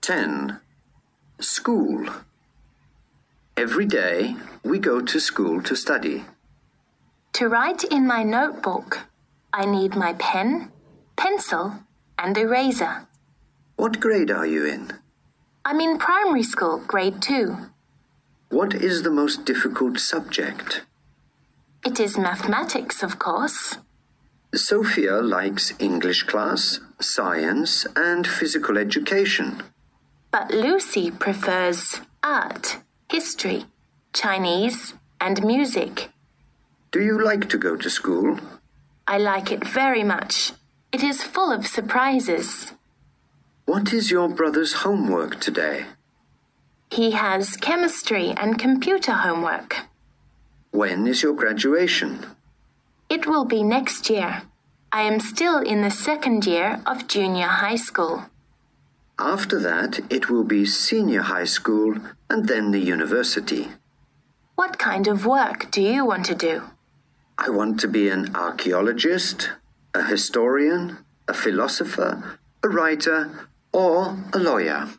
10. School. Every day we go to school to study. To write in my notebook, I need my pen, pencil, and eraser. What grade are you in? I'm in primary school, grade 2. What is the most difficult subject? It is mathematics, of course. Sophia likes English class, science, and physical education. But Lucy prefers art, history, Chinese, and music. Do you like to go to school? I like it very much. It is full of surprises. What is your brother's homework today? He has chemistry and computer homework. When is your graduation? It will be next year. I am still in the second year of junior high school. After that, it will be senior high school and then the university. What kind of work do you want to do? I want to be an archaeologist, a historian, a philosopher, a writer, or a lawyer.